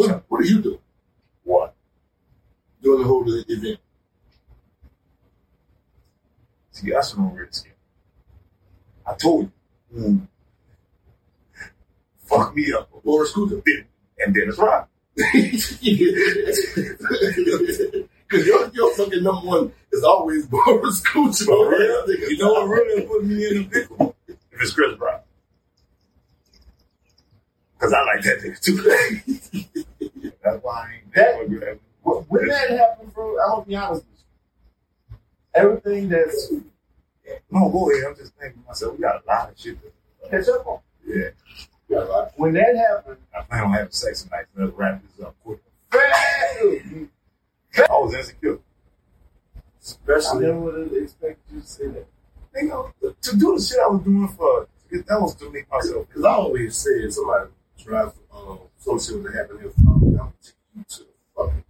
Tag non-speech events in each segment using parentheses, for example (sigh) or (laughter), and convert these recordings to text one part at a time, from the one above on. did you do What? during the whole event? See, that's what I'm weird to you. I told you. Hmm. Fuck me up. Laura Scooter. (laughs) And Dennis Rodman. Because your, your fucking number one is always (laughs) Barbara Scuccio. You know what really put (laughs) me in the pickle? If it's Chris Brown. Because I like that nigga too. (laughs) That's why I ain't That- with that. Wh- When that happened, bro, I'm gonna be honest with you. Everything that's No, go ahead. I'm just thinking to myself, we got a lot of shit. To, catch up on. yeah. When that happened, I plan on having sex tonight. So let's wrap this up quick. man, I was insecure. I Especially never would have expected you to say that. you know, to do the shit I was doing for that was to make myself Because I always said somebody drives um, some shit that happened here from I'm gonna um, take you to the fucking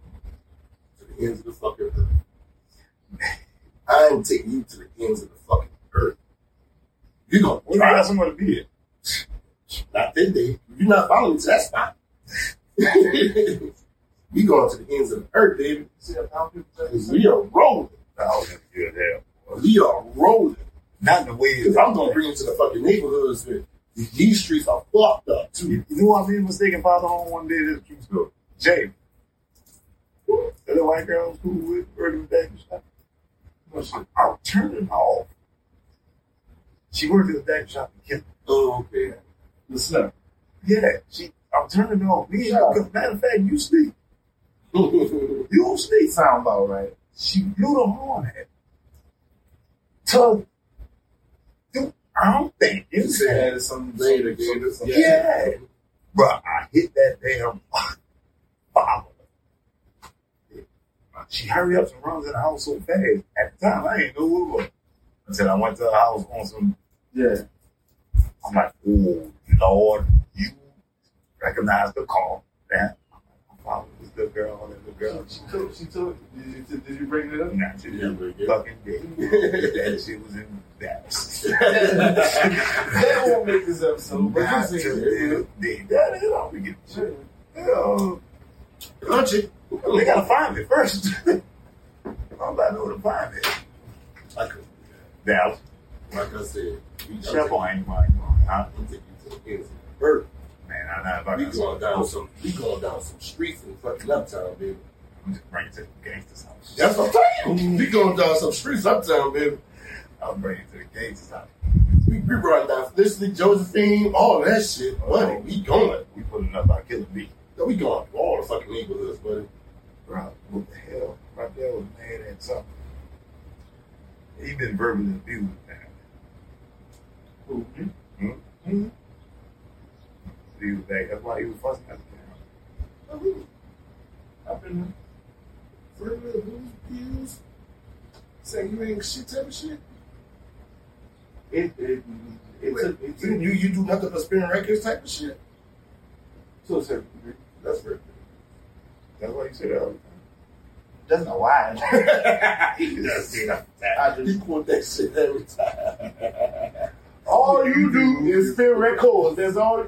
to the ends of the fucking earth. I ain't taking you to the ends of the fucking earth. You gonna Well, I got drive someone to be here. not that day. You're not following me to that spot. (laughs) we going to the ends of the earth, baby. See, I found people that- 'Cause we are rolling. I was gonna be good hell. We are rolling. Not in the way Because I'm gonna bring you to the fucking neighborhoods where these streets are fucked up too. You know what I mean? Mistaken father home one day. This true story. Jay. That little white girl who with early back and shop. I was like, I'll turn it off. She worked at the back shop in Kent. Oh, okay. (laughs) Listen up. Yeah, she. I'm turning it off. Me, because matter of fact, you sleep. You don't sleep. Sound about right. She blew the horn at me. So, dude, I don't think you You said. had some Later, gator. Yeah. But I hit that damn bottle. She hurry up and runs in the house so fast. At the time, I didn't know who it was. Until I went to the house on some, Yeah. I'm like, oh, Lord, you recognize the call. That I'm like, I followed this little girl, that little girl. She took. She took. Did you, did you bring it up? Nah, she Yeah, didn't but yeah. fucking did. That shit was embarrassed. that won't make this episode. But Not this to is this day. That is how we get shit. Oh. Sure. Hell, Country. They gotta find me first. (laughs) I'm about to know to find it. I could, Dallas, like I said, we I'm step taking- on anybody. Huh? I'm taking you to the ends of the earth. Man, I know about We that. going down some, we going down some streets in fucking uptown, baby. I'm just bringing it to the gangsters house. That's what I'm telling you. We going down some streets uptown, baby. I'll bring it to the gangsters house. We, we running down Felicity, Josephine, all that shit, buddy. We going. We pulling up our killer beat. We going to all the fucking neighborhoods, buddy. Bro, what the hell? Right there was mad at something. He been verbally abused, man. Who? He was back. That's why he was fussing at the camera. I've been Saying you ain't shit type of shit. It, it, it's a, it's You, a, you, you do nothing but spinning records type of shit. to a certain degree. That's very That's why you said "Oh, that all the That's not why. time. (laughs) He just said that. (laughs) I He just, quote that shit every time. all you do is spin records. That's all.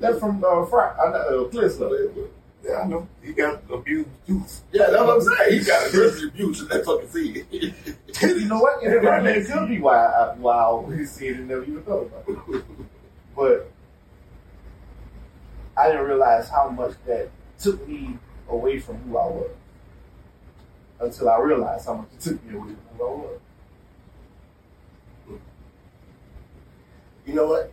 That's from uh, Fry. I know, uh, Plisler. Yeah, I know. He got abused too. Yeah, that's what I'm saying. He got aggressive abuse in that fucking scene. You know what? It, I mean, it could be why I, why I always see it and never even thought about it. But I didn't realize how much that took me away from who I was until I realized how much it took me away from who I was. you know what?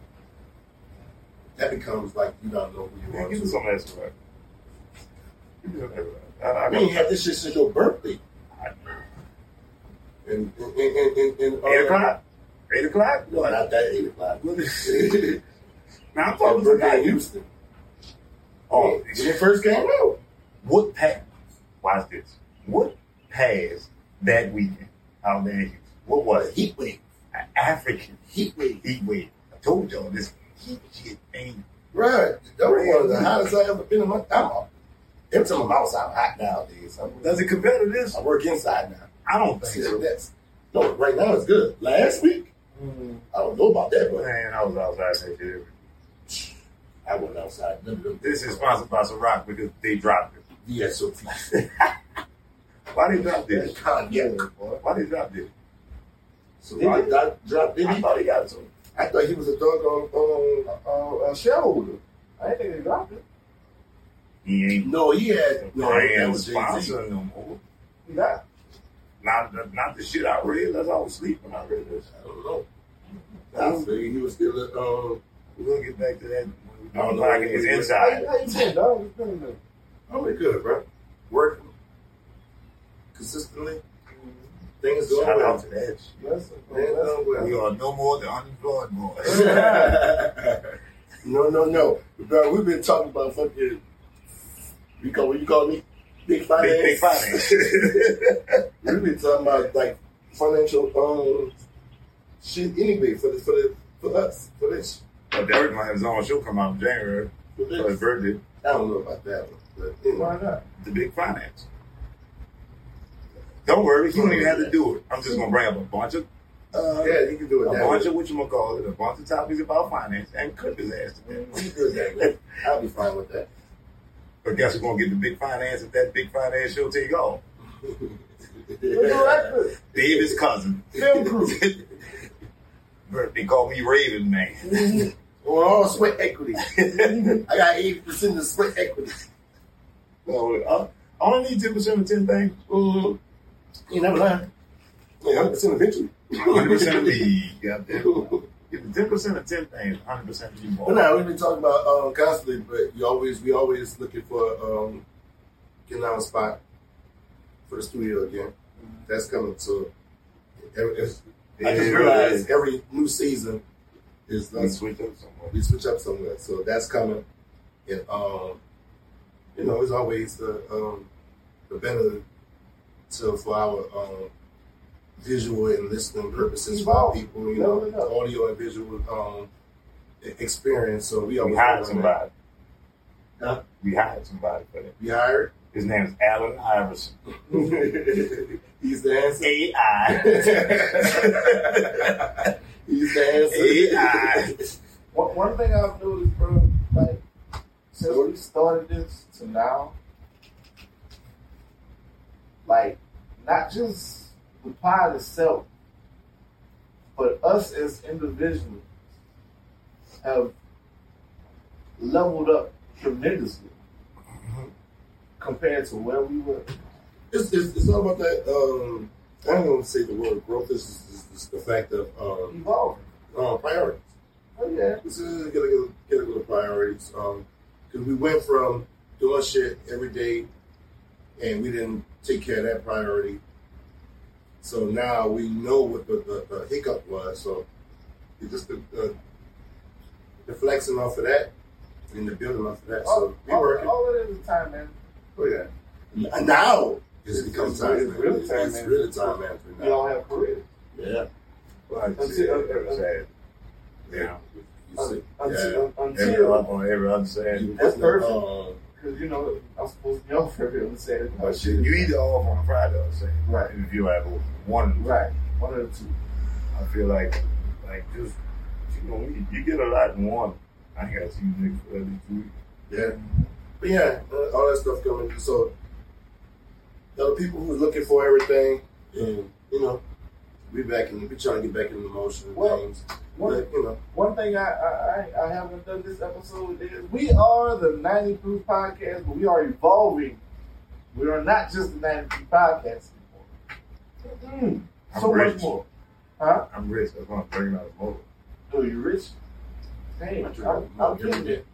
That becomes like you don't know who you Man, are. give me too. some of that shit. Give me some of that shit. I, I, We ain't had this shit since your birthday. And and and and, and uh, Eight o'clock? Eight o'clock? No, not that eight o'clock. (laughs) Your Now I'm birthday in Houston. Oh, Oh, when it first came out. What pass? Watch this. What passed that weekend out there? in Houston? What was What a it? heat wave. An African Heat wave. heat wave. I told y'all this heat shit ain't. Right. That was one of the hottest I ever been in my time. Every time I'm outside, I'm hot nowadays. I'm, Does it compare to this? I work inside now. I don't think So so. that's no. Right now it's good. Last week, I don't know about that, but Man, I was outside that shit. every- I went outside. None of them- This is sponsored by Ciroc because they dropped it. VSOP. Why they drop That's this? Kanye. boy. Why they drop this? So I, I dropped I Diddy. thought he got some I thought he was a dog on. Um, uh, uh, shareholder. I didn't think they dropped it. He ain't no, he had. No, that brand Oh, was Jay Z. sponsor no more. He got. Not the, not the shit I read. That's all sleep when I read this. I don't know. I was thinking he was still at. Um, We're gonna get back to that. When we I don't talk know about what it. It's it is. How inside. you, how you been, dog? It's been a minute. I've been Oh, good, bro. Working consistently. Things going Shout out well. to that. Yes, sir. Things going well. We are no more the unemployed boys. (laughs) no, no, no. Bro, we've been talking about fucking. You call what you call me? Big finance. Big- big finance. (laughs) we've been talking about like financial um shit anyway for the, for the, for us for this (laughs) But Derek might have his own show come out in January for for his this. birthday. I don't know about that one, but you Why know, not? The big finance. Don't worry, you don't even have to do it. I'm just gonna bring up a bunch of uh, yeah, you can do a it. That way. bunch of what you call it, a bunch of topics about finance, and clip his ass to death. You can do it that way. I'll be fine with that. But guess who's gonna get the big finance if that big finance show take off? What you like this? David's cousin. (laughs) Film crew. Bert, They call me Raven Man. (laughs) (laughs) Well, all sweat equity. I got eighty percent of sweat equity. So, uh, I only need ten percent of (laughs) ten things. Mm-hmm. You never lie. Yeah, hundred percent eventually. Hundred percent of me. Goddamn. If ten percent of ten things, hundred percent of you But more. now we've been talking about um, constantly, but you always we always looking for um, getting out a spot for the studio again. That's coming. So every, it's- I just Yeah. realized every new season is uh, Let's us switch up somewhere. we switch up somewhere. So that's coming, and um, you know, it's always the um, the better to for our um, visual and listening purposes for our people. You know, audio and visual um, e- experience. So we We always hired somebody. Huh? We hired somebody for that. We hired. (laughs) His name is Alan Iverson. He's the answer. (laughs) AI. He's the AI. answer. One, one thing I've noticed, bro, like since we started this to now, like not just the pod itself, but us as individuals have leveled up tremendously compared to where we were. It's, it's, it's all about that. Um, I don't want to say the word growth. This is, is, is the fact of um, Evolving. uh, priority. Oh yeah. This is gonna get a, get a little priorities. Um, because we went from doing shit every day, and we didn't take care of that priority. So now we know what the, the, the hiccup was. So it just the, the, the flexing off of that and the building off of that. So we all, working. all it is is time, man. Oh yeah. And now it's become It's- time. it's management. really time It's management. really time management We now. all have careers. Yeah. Like, That's shit, it. every Saturday. Yeah. You see. Yeah. Until, Every, until on every other Saturday. You That's putting, perfect. um, Because you know, I'm supposed to be off every other Saturday. Oh, shit. You either off on Friday or Saturday. Right, If you have one, right. One of the two. I feel like, like just, you know, you, you get a lot in one. I ain't got to see you next for every week. yeah. But yeah, uh, all that stuff coming. So, there are people who are looking for everything, and you know, we back in. We trying to get back in the motion and Well, things. One, But you know, one thing I, I, I I haven't done this episode is we are the 90 Proof Podcast, but we are evolving. We are not just the 90 Proof Podcast anymore. Mm, I'm so rich. much more. Huh? I'm rich. That's why I'm bringing out the motor. Oh, you rich? Dang, I I'm, drink milk I'm every getting day. it.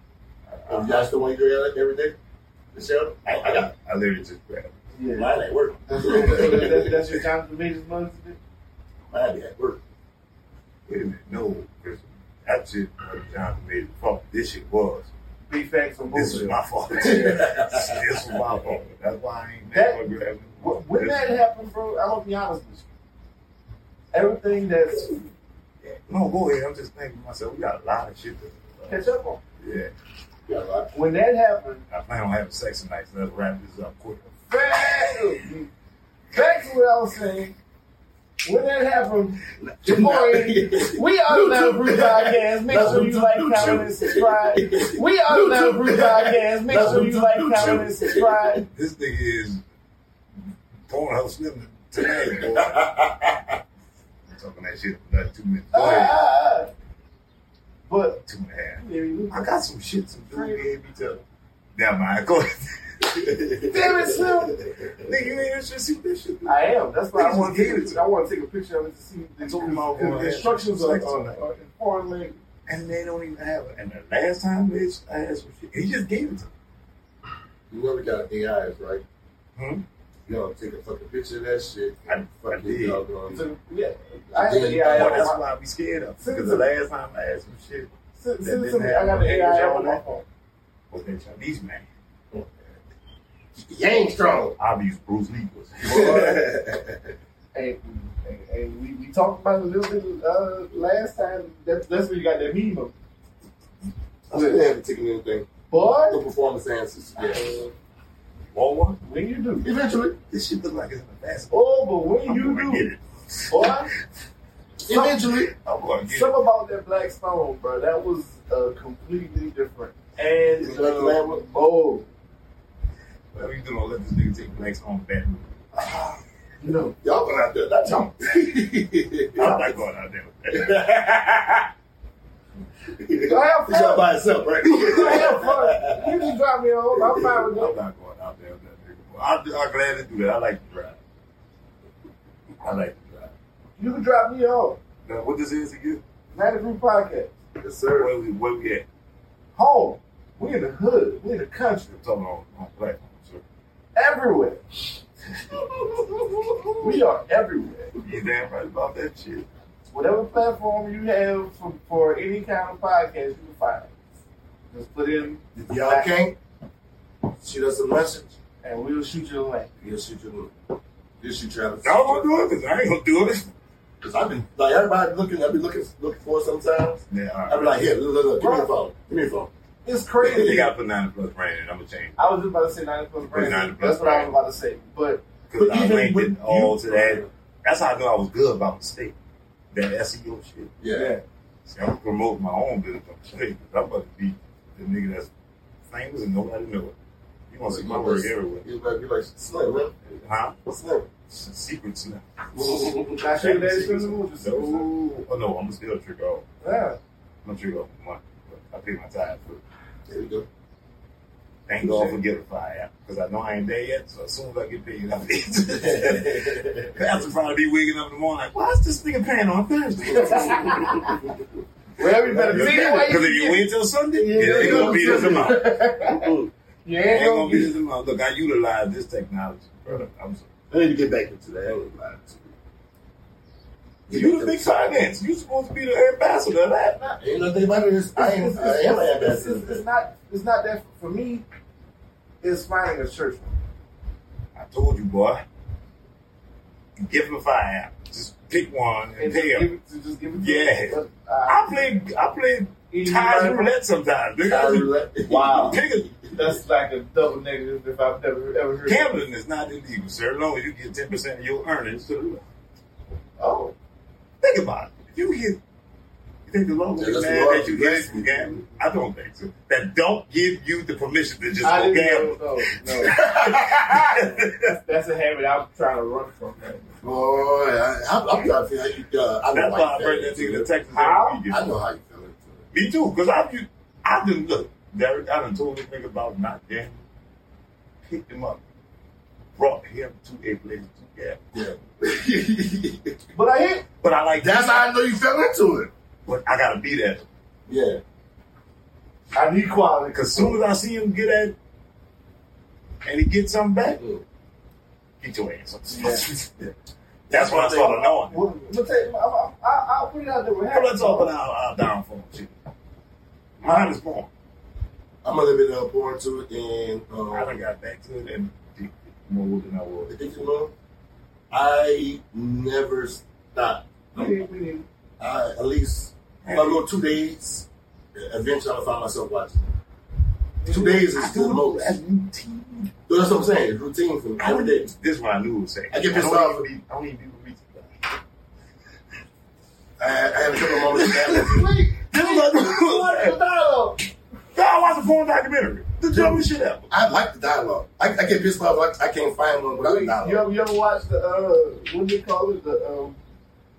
Uh, y'all still want your drink every day? Michelle, I, I got (laughs) I literally just grabbed it. Yeah. mine at (laughs) work. That's, (laughs) that's, (laughs) that's your Jonathan Majors money today? Mine be at (laughs) work. Wait a minute. No, Chris. That shit, uh, John made it. Fuck, this shit was. Big facts on both This of is them. my fault. this is my fault. That's why I ain't never grabbing Wh- When that happened, bro, I'm gonna be honest with you. Everything that's No, go ahead. I'm just thinking to myself, we got a lot of shit to catch up on. Yeah. Yeah, right. When that happened, I plan on having sex tonight, so let's wrap this up quick. back, back to what I was saying. When that happens, Jamori, we are the Now Brew Podcast. Make That's sure what you do, like, do, comment, do. and subscribe. We are the Do, Now do. Brew Podcast. Make That's sure what you do, like, do, comment, do. and subscribe. This nigga is Pornhub Slim tonight, (laughs) boy. I'm talking that shit for another two minutes. Ah, Go ahead. ah, ah. But Two and a half. damn I got some shit to do, man. Me tell. Never mind. Go ahead. (laughs) it, Slim! Nigga, you ain't interested to see what this shit. I am. That's why They I just want gave to it to take. I want to take a picture of it to see They told me about because one. the instructions are, Like, are, are in foreign language. And they don't even have it. And the last time, bitch, I had some shit. He just gave it to me. You know we got AIs, right? Hmm? You know, take a fucking picture of that shit. I- I fucking did. doggone. So, yeah, I have Then the you AI. Oh, on that's my- why I be scared of. Because the last time I had some shit Send that send it to didn't me. I got the have AI no on my AI. phone. was that Chinese man. Yang strong. Obvious Bruce Lee (laughs) was. And, and, and we, we talked about it a little bit uh, last time. That, that's where you got that meme of (laughs) I still haven't taken anything. No boy. performance answers. Yeah. Boy, When you do, Eventually. this shit look like it's in the basketball. oh, but when I'm you gonna get do, it. boy, Eventually. I'm gonna get it. something about that black stone, bro. That was uh, completely different. And Black Lab- oh, Whatever you do, don't let this nigga take blacks on bat. (laughs) no, Y'all going out there. That's (laughs) all. I'm not going out there with that. Go have It's all fun. by itself, (laughs) right? Go have fun. You just drop me home. I'm fine I'm with that. not going out there with that nigga. boy. I, I gladly do that. I like to drive. I like to drive. You can drop me home. Now, what this is again? Ninety Group Podcast. Yes, sir. Where we, where we at? Home. We in the hood. We in the country. I'm talking on, on platform, sir. Everywhere. We are everywhere. You damn right about that shit. Whatever platform you have for, for any kind of podcast, you can find it. Just put in If y'all can't, shoot us a message. and we'll shoot you a link. You'll shoot your look. You'll shoot Travis. I'm gonna do it because I ain't gonna do it. Because I've been, like, everybody looking, I've been looking, looking for it sometimes. Yeah, all right. I'll be like, here, look, look, look, give me your phone. Give me your phone. It's They crazy. gotta put nine plus brand in. I'm gonna change. I was just about to say 90 plus brand. 90 plus That's what I was brand. about to say. But Because But I even linked with it all you- to that. That's how I know I was good about mistake. That SEO shit. Yeah. yeah. See, I'm promoting my own business. I'm straight. 'cause I'm about to be the nigga that's famous and nobody know it. You gonna see my work everywhere. You like, you like, slim, man. Huh? Slim. (laughs) Secrets now. Can I show you that shit in the movie? No. Oh, no, I'm gonna still trick off. Yeah. I'm gonna trick off for money. but I pay my time for it. There you go. Thank God for getting fired. Because I know I ain't there yet, so as soon as I get paid, I'm (laughs) there. Pastor probably be waking up in the morning like, why is this nigga paying on (laughs) Thursday? Wherever you better see it, why Because if you you wait till Sunday, Yeah, it ain't gonna be this amount. It You ain't ain't gonna going be this amount. Look, I utilize this technology, brother. I'm sorry. I need to get back into that. I ain't lying to you. You the big finance. You supposed to be the ambassador of that. Ain't nothing about it. It's- I ain't, I am an it's, it's, it's ambassador. not it's not that for me. It's finding a church. I told you, boy. Give him a fire. Just pick one and And pay just give him. it to just give it to Yeah. him. But, I uh, play I play Anybody- ties and roulette sometimes. nigga. I just Wow. Pick a That's like a double negative if I've never ever heard. Of. Gambling is not illegal, sir. As long as you get ten percent of your earnings to the left. Oh, Think about it. If you get, you think the law will Yeah, be mad that's the law. that you get Yes. from gambling? I don't think so. That don't give you the permission to just I go didn't gamble. know. No, no. (laughs) That's a habit I'm trying to run from. Boy, I, I'm, I'm trying to figure out you. Uh, I know (laughs) That's how why I you feel bring that into nigga to it. Texas How? every I weekend. know how you feel into it. Me too, because I, I didn't look. Derek, I done told this nigga about not gambling. Picked him up, brought him to a place to gamble. Yeah. (laughs) But I hit. But I like That's how I know you fell into it. But I gotta be there. Yeah. I need quality Because soon as I see him get at, and he gets something back, get your ass up. (laughs) That's when I started knowing. Well, but take, I, I, I, I'll put it out there. What Well, happened? let's open our, our downfall. Shit. Mine is born. I'm a little bit uh, born to it, and um, I done got back to it and deep more than I was. addiction mode. I never stopped. We Mm-hmm. need, we need. I, at least if I go two days, eventually I'll find myself watching. Two days is the most. That's routine. No, that's what I'm saying. It's routine for me every day. This is what I knew it was saying. I get pissed don't off. even be- I don't even be with me. I had, I had a couple moments. This Wait, is what is (laughs) the like, dialogue? I watched a porn documentary. The dumbest shit ever. I like the dialogue. I, I get pissed off. I, I can't find one without the Wait, you, dialogue. ever, you ever watch the uh, what do they call it? The um,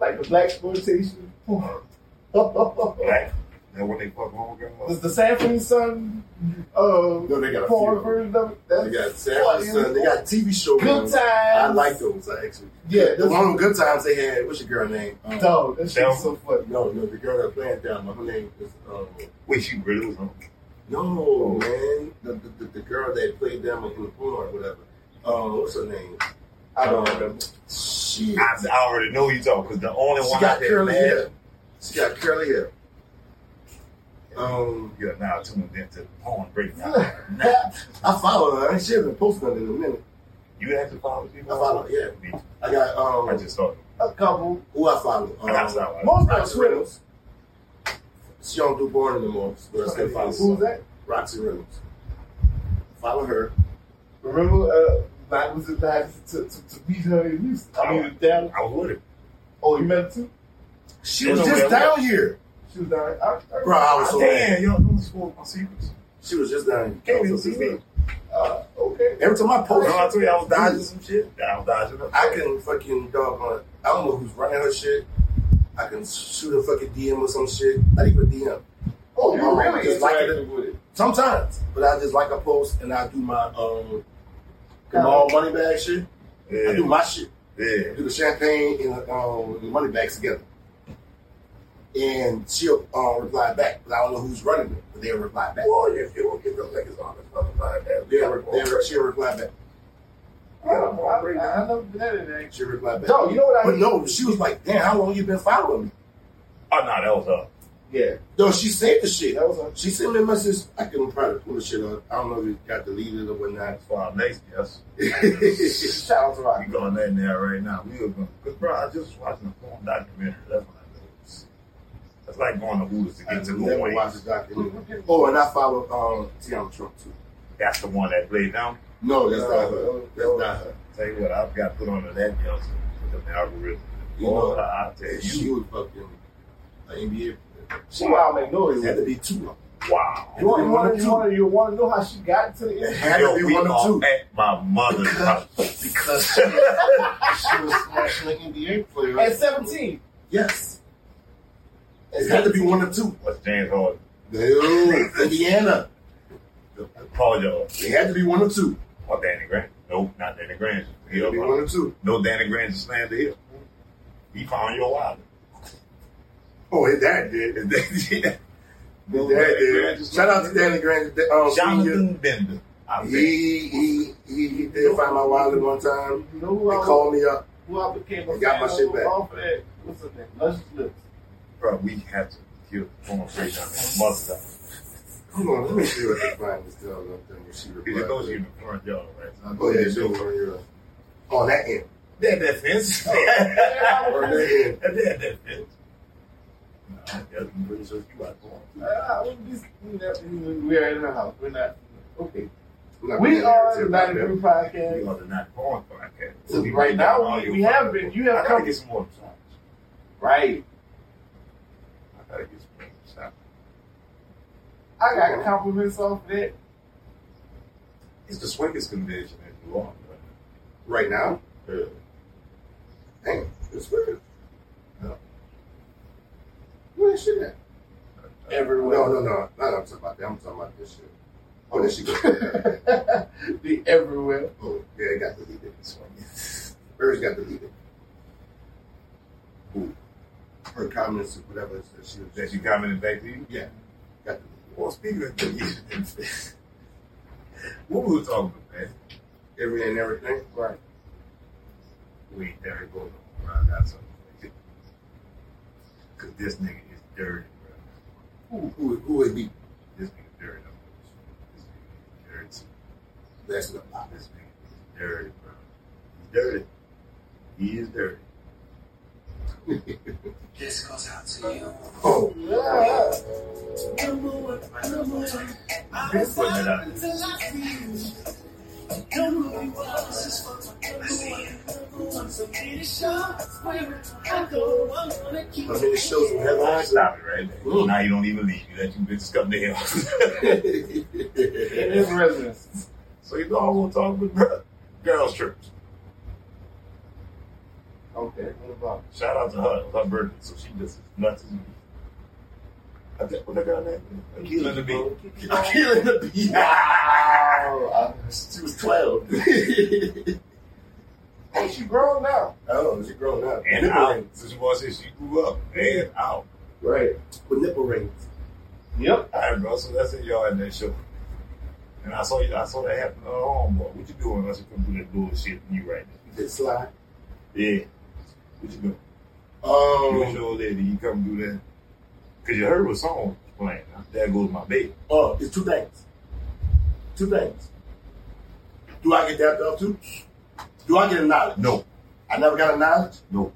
like the black exploitation. (laughs) It's Right? That's what they fuck on girl. the Sanford Sun. Uh, No, they got a porn few. version of it. That's They got Sarah Son. They got TV shows. Good times. I like those I actually. Yeah, the those- one good times they had. What's your girl name? Um, Dog, that shit's Down. so funny. No, no, the girl that playing down. Her name is. Um, Wait, she really was on. no, man, the, the, the, the girl that played them in the porn or whatever. Um, what's her name? Um, I don't remember. She. I, I already know who you talking because the only She one got out there curly mad. hair. She got curly hair. Um, You're now tuned into porn (laughs) breakdown. I follow her. She hasn't posted nothing in a minute. you actually follow people? I follow, yeah. Me. I got um, I just started. A couple. who I follow. I got Um, started. Most of Roxy them Reynolds. Reynolds. She don't do porn anymore, but I still follow. Who's her. that? Roxy Reynolds. Follow her. Remember, uh, I was in the to, to, to meet her in Houston. I mean, in Dallas. I was with it. Oh, you met her too? She You was know just where- down here. She was down. I, I, Bro, I was so mad. Ah, Damn, y'all don't spoil my secrets. She was just down here. Can't I was even so see pissed me. Uh, okay. off. Every time I post, Remember I told you I was dodging some shit? Yeah, I was dodging them. I can fucking dog on. I don't know who's running her shit. I can shoot a fucking DM or some shit. Not even DM. Oh, you Oh, really just like it. interacted with it. Sometimes, but I just like a post and I do my um, all money bag shit. I do Yeah, my shit. yeah. do the champagne and um, the money bags together. And she'll um, reply back, but I don't know who's running it, but they'll reply back. Boy, if you don't get them niggas on the fucking podcast, They'll, they'll, she'll reply back. I, I, I never did that in action. She'll reply back. No, you know what I but mean? no, she was like, damn, how long you been following me? Oh, no, that was up. Yeah, No, she said the shit. that was a. She sent me a message. I can probably pull the shit up. I don't know if it got deleted or whatnot. (laughs) That's why I'm next, yes. Shout out to We Rocky. going in there right now. We were going, cause bro, I just watching a porn documentary. That's what I know. It's- It's like going to Hooters to I get to Lil never Wayne. watched the documentary. Oh, and I follow um, Tiana Trump too. That's the one that played down. No, that's No, not her. no, That's no. not her. Tell you what, I've got put on to that young with the algorithm. You Boy, know, I I tell She you, was fucking uh, an NBA. player. She wild make noise. It had to be two of them. wow. You want you want you want you want to know how she got to the It end? had Yo, to be we one of are two. at my mother's house. (laughs) Because she, she was smashing an NBA player. At seventeen. Yes. It had to be one of two. What's James Harden? No, Indiana. Paul George. It had to be one of two. Or oh, Danny Grant. Nope, not Danny Grant. It had to be one of two. No Danny Grant to slam the hill. He found your wallet. (laughs) Oh, his dad did. His dad did. Shout out to Danny Grant. Um, senior. Jonathan Bender. I think. He, he, he, he did find my wallet one time. You know who They I called me up. who I became a They got fan my shit of back. off of that. What's her name? Luscious Lips. Bro, we have to kill porn breakdown and mother. Hold on, let me see what they find this dog up there. She Because it goes replied. in the front yard, right? So Oh, yeah, she was on your- on that end. That that (laughs) fence. (laughs) that On that end. that fence. No, that's pretty sure you out porn. Uh, I wouldn't be- we never- We are in the house. We're not. Okay. I'm not We gonna are the tell Night you about Group You Podcast. are the not porn podcast. So right now, All your we have been- you have I gotta come- get some more shots. Right. I gotta get some more shots. I got compliments off of that. It's the Swingers Convention in New Orleans. that. Right now? Right? Damn, it's weird. No. Where is she at? Everywhere. No, no, no. Not I'm talking about that. I'm talking about this shit. Oh, there she go. (laughs) (laughs) the everywhere. oh, yeah, it got deleted. Swingers. Hers got deleted. Ooh. Her comments or whatever it is that she was (laughs) That you commented back to you? Yeah, got deleted. Well, speaking of deletion and fence, (laughs) what we were talking about, man? Every and everything. Right. We ain't never going around that something. Because this nigga is dirty, Who, bro. who, who would be This nigga dirty. I'm gonna show you. This nigga is that's the dirty. This nigga is dirty, bro. He's dirty. He is dirty. This goes out to you. (laughs) Oh, (laughs) Yeah. Been putting it out. I see you. So many shots where I go, I wanna keep I mean, it shows some headlines. Stop it right there. Mm. Now you don't even leave. You let you bitches come to hell. It is residency. (laughs) so you know I won't talk with bruh. Girls trips. Okay, what about Shout out to her. It was her birthday, so she just nuts. as- I think what the girl name? is? Keelan the Bee. I'm killing (laughs) the beat. Oh, She was 12. I, hey, she grown now. oh, she grown up. And nipple out. rings. Since you want to say she grew up and out. Right. With nipple rings. Yep. All right, bro. So that's it, y'all, at that show. And I saw you. I saw that happen at home, boy. What you doing? I said, come do that bullshit. and You right You did slide. there. Yeah. What you doing? You and Um, your old lady. You come do that. Cause you heard what song was playing. There goes my baby. oh, it's two things. Two things. Do I get dapped up too? Do I get a knowledge? No, I never got a knowledge? no.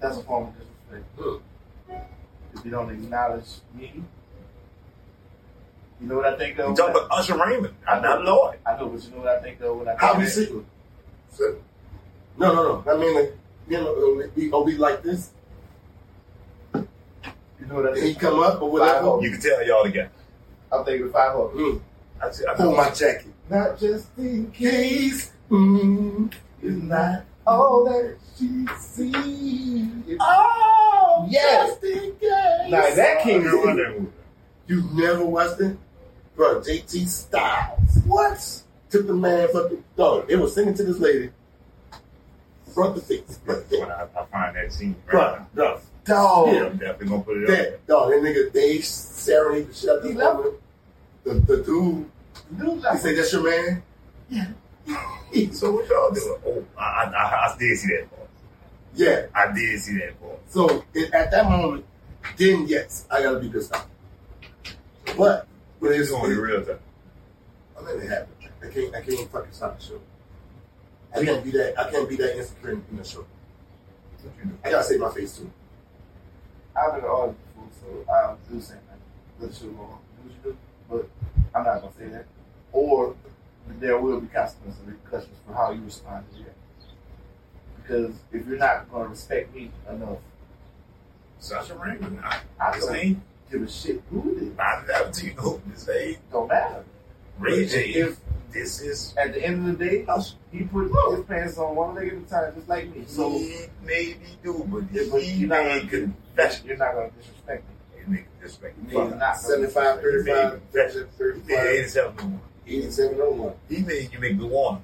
That's a form of disrespect. Hmm. If you don't acknowledge me, you know what I think of. You when talking I- about Usher Raymond? I, I know it. I know, but you know what I think of when I How think we of- sitting? So- No, no, no. I mean, like, you know, uh, we, oh, we like this. You know what I And he think. come up or whatever. You can tell y'all together. I'm thinking five hundred. Mm. I see. I Pull know. my jacket. Not just in case Keys. Mm. It's not. all that she sees. Oh, yes. Just in case. Now that I came never watched that movie. You never watched it? Bro, JT Styles. What? Took the man fucking dog. It was singing to this lady. Front the face. Front the face. When I, I find that scene, right Bro, bro. Dog. now, I'm definitely gonna put it up. Oh. That dog, that nigga Dave serenade the shit out He this left. woman. The the dude. Dude, He like, said, That's your man? Yeah. So what y'all doing? Oh, I, I, I, I did see that part. yeah. I did see that part. So it, at that moment, then yes, I gotta be pissed off. But But it's on the real time. I let it happen. I can't. I can't fucking stop the show. I can't be that. I can't be that insecure in, in the show. What you do? I gotta save my face too. I've been all food, so I do the same thing. Let you alone. Do what you do, but I'm not gonna say that. Or there will be consequences and repercussions for how you respond to that. Because if you're not gonna respect me enough, Sasha Raymond. I, I this don't ain't. give a shit who it is. I never to you know. This ain't It don't matter. Ray J. If- this is At the end of the day, Usher. he put his pants on one leg at a time, just like me. So he maybe do, but Yeah, but he you're not made gonna- confession. you're not gonna disrespect me. That nigga disrespect. You Fuck. made not 75, 35, He made 35, eighty-seven no more. 8701. He made you make the one.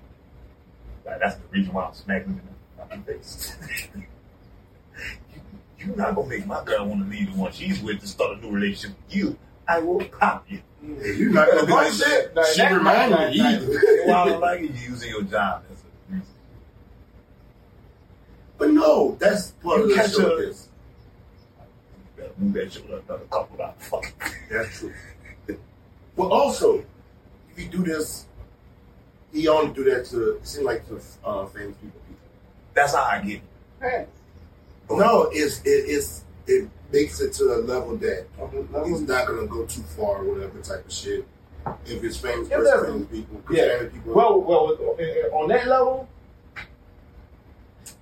Like, that's the reason why I'm smacking him in the fucking face. (laughs) you, you're not gonna make my girl want to leave the one she's with to start a new relationship with you. I will pop you. You not gonna do this shit? Nah, She that- reminded me. nah, Why I either. don't like it, you using your job as a reason. But no, that's part You of the catch show. a- This. You better move that shit up another couple of hours. That's true. But also, if you do this, he only do that to it seem like to uh, famous people. That's how I get it. Pants. No, it's it, it's it makes it to a level that On the He's level- not gonna go too far or whatever type of shit. If it's famous It person, doesn't. famous people, Yeah. yeah. people. Well, well, on that level,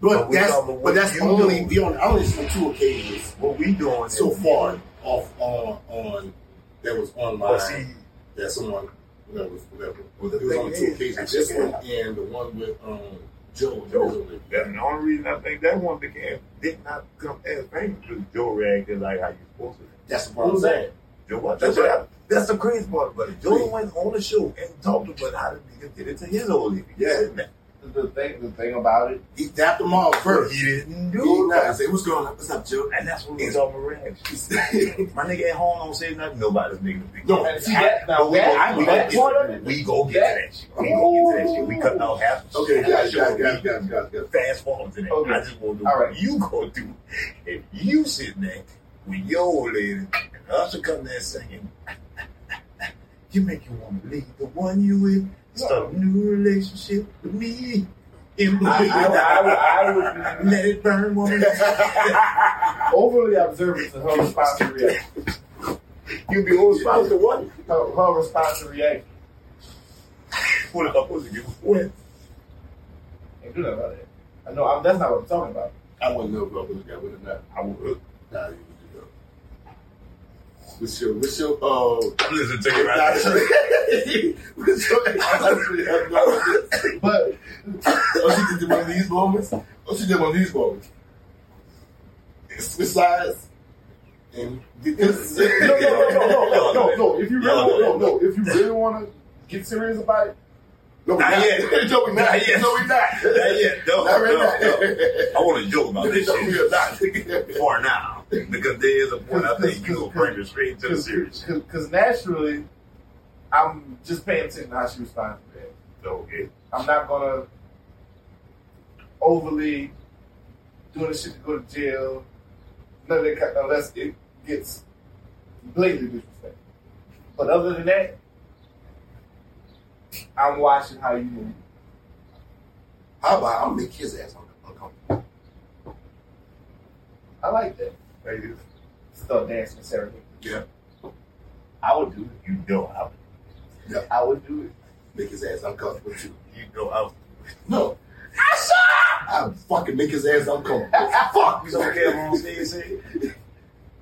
but we that's talking about but that's you only doing. we only I only see two occasions What we doing so is- far off on on that was online Well, see, that someone that was whatever. Well, the it was thing only two is, occasions. I This check it one and the one with um Joe. Joe, that's the only reason I think that one became did not come as famous because Joe Rag did like how you supposed to. That's the part I'm Who's saying. Joe, what- that's, what I- that's the crazy part about it. Joe went on the show and talked about how the nigga did it to his old lady. Yeah. the thing, the thing about it, He dapped them all First, first. he didn't He did do not that. say what's going on. What's up, Joe? (laughs) And that's what we talking about Rag. My nigga at home don't say nothing about this nigga. No, and see that now But we that, gonna- we that gonna part get- of it, We go get to that shit. We go get to that shit. We cutting out half the okay, shit. guys, Sure, guys, we guys, guys, guys, guys. fast forward to that. Okay. I just want to know All right. what you gonna do if you sitting there with your old lady and Usher come there singing, you make you want to leave the one you with, start a new relationship with me. In I- I- I would- I would- let it burn, (laughs) woman. overly observant to her response and reaction. you be old spouse to what? Her, her response and reaction. Pull it up, pull it, you win. gonna do nothing about that. I know I'm, that's not what I'm talking about. I wouldn't know if I would have got rid of that. I would have. Nah, you would know. What's your, what's your, uh, I'm listening to you right now. what's your, honestly, I have no idea. But, oh, she did one of these moments. Oh, she did one of these moments. Switch sides and get this. No, no, no, no, no, no, no, no. If you really, no, no. If you really want to get serious about it, No, we Not yet. No, we Not not. yet. No, we not. Not yet. No, Not no, right now. no. I want to joke about this No, we shit are not. Nigga. for now because there is a point I think you will bring it straight into the series. because naturally, I'm just paying attention to how she responds to that. Okay. I'm not gonna overly doing the shit to go to jail. None of that kind unless it gets blatantly disrespectful. But other than that, I'm watching how you move. How about I'm gonna make his ass uncomfortable? I like that. Thank you. Start dancing and serenade. Yeah. I would do it. You know I would. I would do it. Make his ass uncomfortable too. You know I would. No. I will fucking make his ass uncomfortable. Fuck. You don't care what I'm saying, see?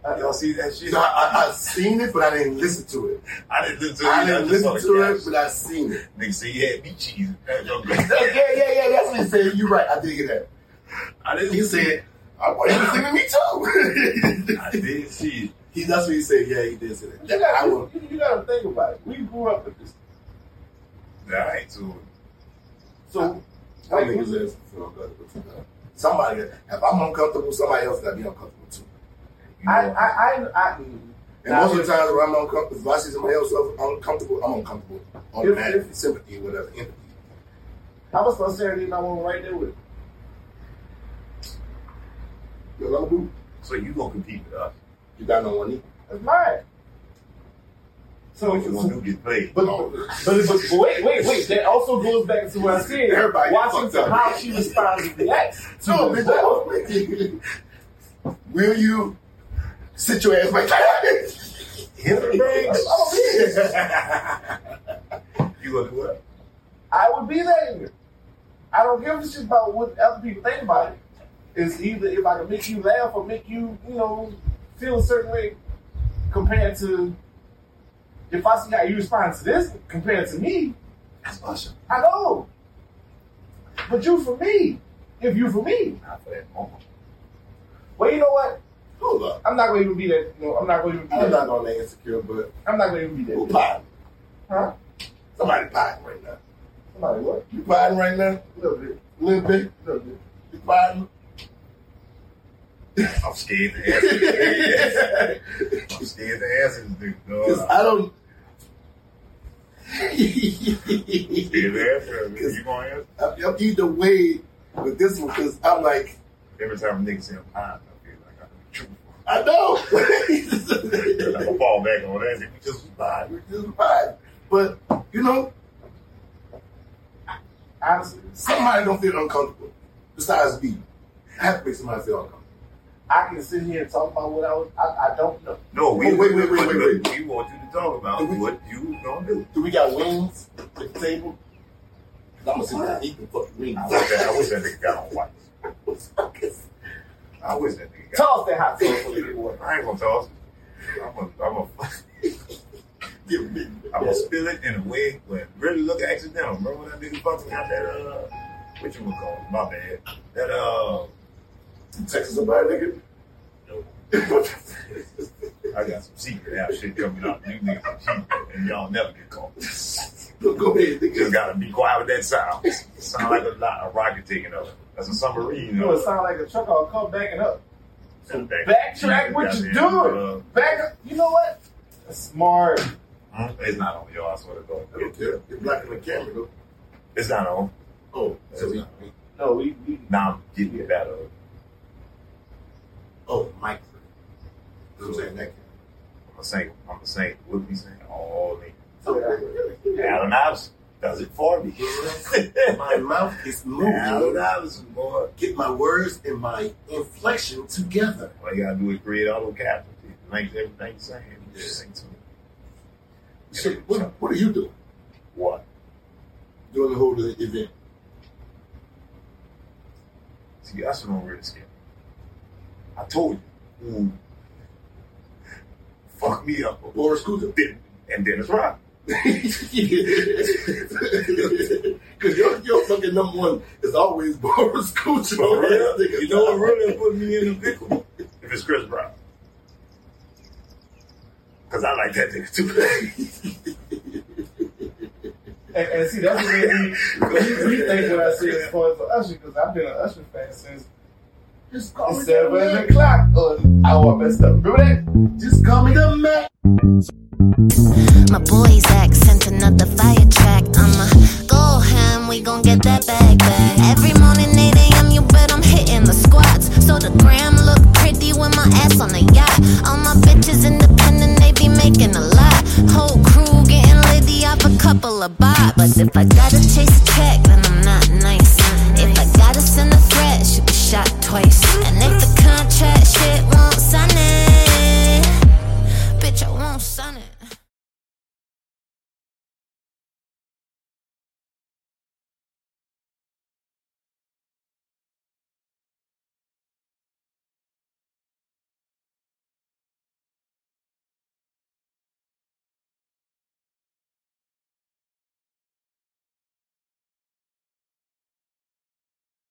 Y'all see that You shit? know, I, I, I seen it, but I didn't listen to it. I didn't listen to it. I didn't just listen saw to the it, but I seen it. caption. Nigga said he had me cheesing. That's your great. Yeah, yeah, yeah. That's what he said. You're right. I did get that. I didn't He said, "I want you to sing with me too." I did see it. he, that's what he said. Yeah, he did say that. You I gotta, will. you, you gotta think about it. We grew up with this. Nah, I ain't to it. So I think his ass feel uncomfortable too. though. Somebody, if I'm uncomfortable, somebody else got to be uncomfortable too. You I, know, I, I, I, And most of the times when I'm uncomfortable, if I see somebody else uncomfortable, I'm uncomfortable. Automatically, sympathy, whatever, empathy. I was on Saturday and I went right there with it. You know what I'm doing? so you gonna compete with us? You got no money. It's mine. So, What you gonna do? Get played? But, Oh. but, but, but wait, wait, wait. That also goes back to what I (laughs) said. Everybody watching fucked up. how she responds and reacts. to No, this. bitch, I was with you. (laughs) Will you sit your ass back (laughs) Henry Briggs. Oh, You gonna do what? I would be that ignorant. I don't give a shit about what other people think about it. It's either if I can make you laugh or make you, you know, feel a certain way compared to if I see how you respond to this compared to me, That's Usher. I know. But you for me. If you for me. Not for that moment. Well, you know what? Hold up. I'm not gonna even be that. No, I'm not gonna even be I'm that. not on that insecure, but I'm not gonna even be that. who bitch. potting? Huh? Somebody potting right now. Somebody what? You potting right now? A little bit. Little bit? A little bit. You potting? I'm scared to ask Because I'm scared to answer this dude. No, I'm I don't. scared to answer him. You gonna answer? (laughs) I'm I'm either way with this one because I'm like, Every time a nigga say I'm fine, I feel like I gotta be truthful. I know. (laughs) I'm gonna fall back on that. If you just was lying. Which is fine. But, you know, Honestly, somebody don't feel uncomfortable besides me. I have to make somebody feel uncomfortable. I can sit here and talk about what I was. I, I don't know. No, we Oh, wait, wait, wait, wait, We want you to talk about We- what you gonna do. Do we got wings at the table? 'Cause I'm gonna sit there and eat the fucking wings. I wish that, I wish that nigga got on white. I wish that nigga got. Toss that hot sauce for the people. I ain't gonna toss it. I'm gonna, I'm gonna, Give me- (laughs) I'm gonna spill it in a way, but really look accidental. Remember when that nigga fucking out that uh, what you gonna call it? My bad. That uh, Texas somebody, nigga. no, (laughs) That's I got some secret app shit coming up. You niggas are cheap, and y'all never get caught. Go go ahead, You just nigga. gotta be quiet with that sound. Sound like a lot of rocket taking up. That's a submarine. You know, it sound like a truck all come backing up. So Backtrack what you doing. Back up. You know what? That's smart. Uh-huh. It's not on y'all. I swear to God. I don't care. You're blocking the camera, though. It's not on. Oh, It's so not we, on. No, we, we Now I'm getting it out of. oh, Mike. That's what I'm saying. That camera. I'm a saint. I'm a saint. What we saying? All the My Allen Iverson does it for me. (laughs) mouth is Allen moving. Iverson, boy. Get my words and my inflection together. All you gotta do is create auto captions. It makes everything the same. You just sing to me. So what, what are you doing What? (laughs) during the whole event? to you. I said, don't really scare I told you. Mm. Ooh. Fuck me up. Laura Scooter. Then, and Dennis Rodman. Because your, your fucking number one is always (laughs) Boris Cucho. You know what really put me in the pickle? If it's Chris Brown. Because I like that nigga too. (laughs) And, and see, that's what made me rethink what I said as far as the Usher, because I've been an Usher fan since Just call me the seven Mac. o'clock. Or hour I messed up. Remember that? Just call me the Mac. My boys act sent another fire track. I'ma go ham, we gon' get that bag back. Every morning 8 a.m., you bet I'm hitting the squats. So the gram look pretty with my ass on the yacht. All my bitches independent, they be making a lot. Whole crew getting litty off a couple of bob. But if I gotta chase a check, then I